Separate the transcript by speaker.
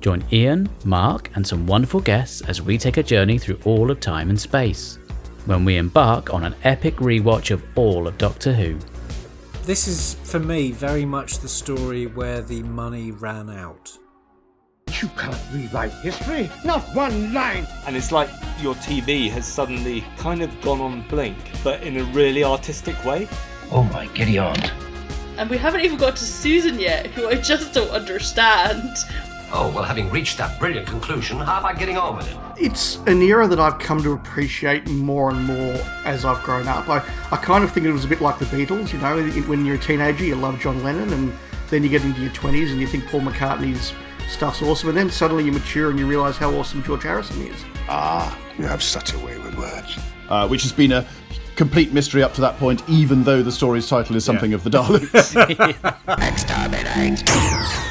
Speaker 1: Join Ian, Mark, and some wonderful guests as we take a journey through all of time and space when we embark on an epic rewatch of all of Doctor Who.
Speaker 2: This is, for me, very much the story where the money ran out.
Speaker 3: You can't rewrite history, not one line.
Speaker 4: And it's like your TV has suddenly kind of gone on blink, but in a really artistic way.
Speaker 5: Oh my giddy aunt.
Speaker 6: And we haven't even got to Susan yet, who I just don't understand.
Speaker 5: Oh, well, having reached that brilliant conclusion, how about getting on with it?
Speaker 7: It's an era that I've come to appreciate more and more as I've grown up. I, I kind of think it was a bit like the Beatles, you know, it- when you're a teenager, you love John Lennon, and then you get into your 20s and you think Paul McCartney's stuff's awesome, and then suddenly you mature and you realise how awesome George Harrison is.
Speaker 8: Ah, you have such a way with words.
Speaker 9: uh, which has been a complete mystery up to that point, even though the story's title is something of the Daleks.
Speaker 8: Exterminate.